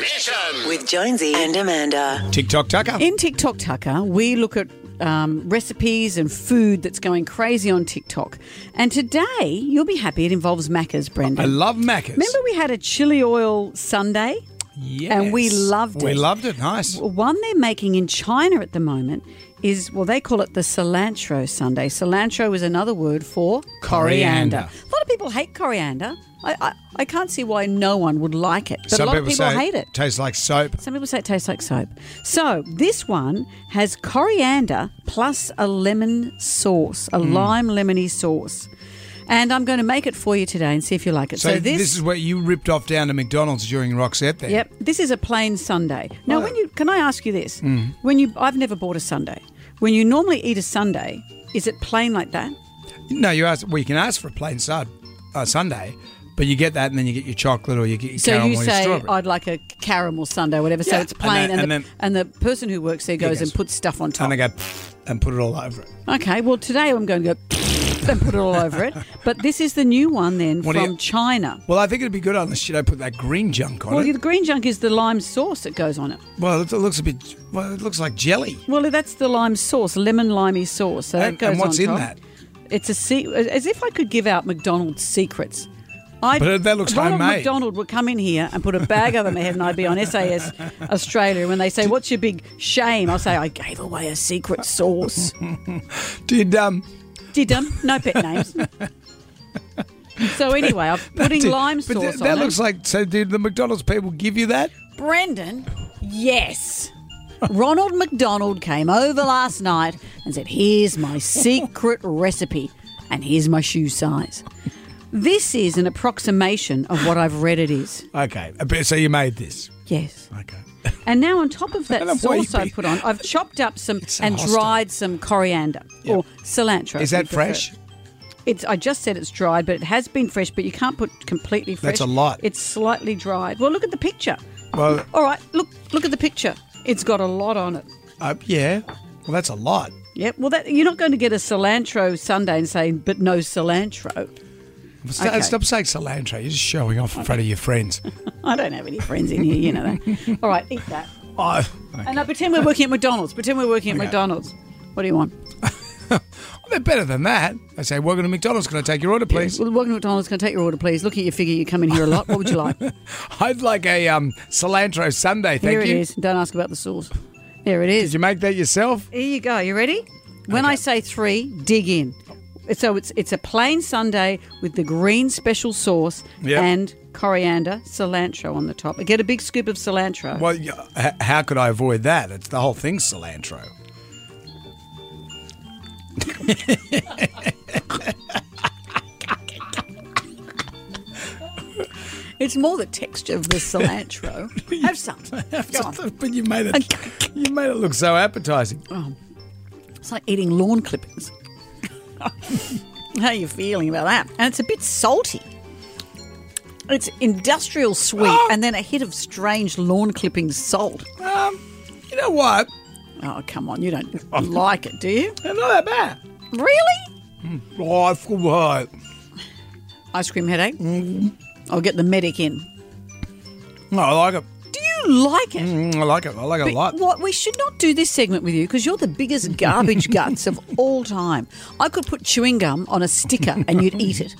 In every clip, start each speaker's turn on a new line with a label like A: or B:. A: Mission.
B: with Jonesy and Amanda.
C: TikTok Tucker.
D: In TikTok Tucker, we look at um, recipes and food that's going crazy on TikTok. And today, you'll be happy it involves Macca's, Brendan.
C: I love Macca's.
D: Remember, we had a chili oil Sunday?
C: Yes.
D: and we loved
C: We
D: it.
C: loved it. Nice.
D: One they're making in China at the moment is, well, they call it the cilantro Sunday. Cilantro is another word for
C: Coriander.
D: coriander. A lot of people hate coriander. I, I, I can't see why no one would like it, but a lot of people
C: say
D: hate it.
C: Tastes like soap.
D: Some people say it tastes like soap. So this one has coriander plus a lemon sauce, a
C: Mm.
D: lime lemony sauce. And I'm going to make it for you today and see if you like it.
C: So, this, is what you ripped off down to McDonald's during Roxette there.
D: Yep, this is a plain sundae. Now, when you can I ask you this?
C: Mm.
D: When you I've never bought a sundae. When you normally eat a sundae, is it plain like that?
C: No, you ask. Well, you can ask for a plain sud, uh, Sunday, but you get that, and then you get your chocolate or you get your
D: So
C: caramel
D: you
C: or your
D: say
C: strawberry.
D: I'd like a caramel sundae, whatever. So
C: Yeah,
D: it's plain,
C: and
D: and,
C: then-
D: the, and, the person who works there goes
C: goes.
D: and puts stuff on top.
C: and I go "Pfft," and put it all over it.
D: Okay, well, today I'm going to go and put it all over it. But this is the new one then
C: What do
D: from
C: you-
D: China.
C: Well, I think it'd be good unless you don't put that green junk on
D: Well,
C: it.
D: the green junk is the lime sauce that goes on it.
C: Well, it looks a bit. Well, it looks like jelly.
D: Well, that's the lime sauce, lemon limey sauce. So
C: And-
D: that goes
C: and what's
D: on
C: in
D: top.
C: that?
D: It's a se- as if I could give out McDonald's secrets. I'd,
C: But that looks
D: Ronald
C: homemade.
D: McDonald would come in here and put a bag over my head, and I'd be on SAS Australia. When they say, "What's your big shame?" I'll say, "I gave away a secret sauce."
C: Did um.
D: Did them? No pet names. So anyway, I'm putting
C: did-
D: lime
C: but
D: sauce
C: th-
D: on
C: that
D: it.
C: looks like. So did the McDonald's people give you that?
D: Brendan, yes. Ronald McDonald came over last night and said, Here's my secret recipe, and here's my shoe size. This is an approximation of what I've read it is.
C: Okay, but- so you made this.
D: Yes.
C: Okay.
D: And now, on top of that
C: I'm
D: sauce I
C: weepy.
D: put on, I've chopped up some
C: so
D: and
C: hostile.
D: dried some coriander or cilantro.
C: Is
D: if
C: that
D: you prefer.
C: fresh?
D: It's. I just said it's dried, but it has been fresh. But you can't put completely fresh.
C: That's a lot.
D: It's slightly dried. Well, look at the picture.
C: Well-
D: all right. Look, look at the picture. It's got a lot on it.
C: Uh, yeah. Well, that's a lot.
D: Yep. Well, that, you're not going to get a cilantro Sunday and say, but no cilantro.
C: Stop,
D: Okay.
C: stop saying cilantro. You're just showing off in front of your friends.
D: I don't have any friends in here. You know that. all right, eat that.
C: oh,
D: And now pretend we're working at McDonald's. Pretend we're working at McDonald's. What do you want?
C: they're better than that. They say, "Welcome to McDonald's. Can I take your order, please?"
D: Well, welcome to McDonald's. Can I take your order, please? Look at your figure. You come in here a lot. What would you like?
C: I'd like a um, cilantro sundae. Thank
D: here
C: you.
D: it is. Don't ask about the sauce. There it is.
C: Did you make that yourself?
D: Here you go. You ready? When I say three, dig in. So it's it's a plain Sunday with the green special sauce
C: Yep.
D: and coriander, cilantro on the top. Get a big scoop of cilantro.
C: Well, y- h- how could I avoid that? It's the whole thing cilantro.
D: It's more the texture of the cilantro. Have some. Have some.
C: but you made it. you made it look so appetizing.
D: Oh. It's like eating lawn clippings. How are you feeling about that? And it's a bit salty. It's industrial sweet and then a hit of strange lawn clipping salt.
C: Um, you know what?
D: Oh, come on. You don't like it, do you?
C: They're not that bad.
D: Really?
C: Oh, I feel right.
D: Ice cream headache. I'll get the medic in.
C: No, I like it.
D: Do you like it?
C: Mm, I like it. I like it a lot.
D: What we should not do this segment with you because you're the biggest garbage guts of all time. I could put chewing gum on a sticker and you'd eat it.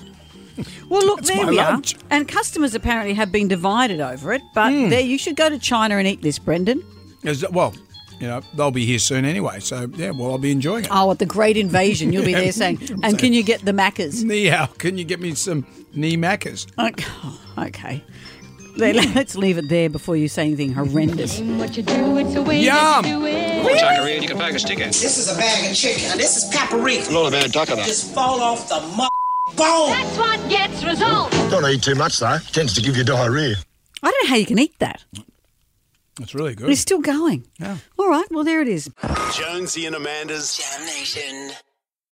D: Well, look, there
C: my
D: we
C: lunch.
D: are. And customers apparently have been divided over it. But there, you should go to China and eat this, Brendan.
C: Is- well, you know, they'll be here soon anyway. So, yeah, well, I'll be enjoying it.
D: Oh, at the Great Invasion, you'll be there saying, "And can you get the macas?"
C: Neo, can you get me some knee macas?
D: Okay. okay. There, Let's leave it there before you say anything horrendous.
E: What you do, it's the way
C: Yum.
E: that you do it.
F: One Tucker you can bag a sticker.
G: This is a bag of chicken. Now, this is paprika.
F: Not a bad Tucker, though.
G: Just fall off the m- bone.
E: That's what gets results.
H: Don't eat too much though. Tends to give you diarrhea.
D: I don't know how you can eat that.
C: That's really good.
D: But it's still going. All right, well, there it is.
A: Jonesy and Amanda's
B: Damnation.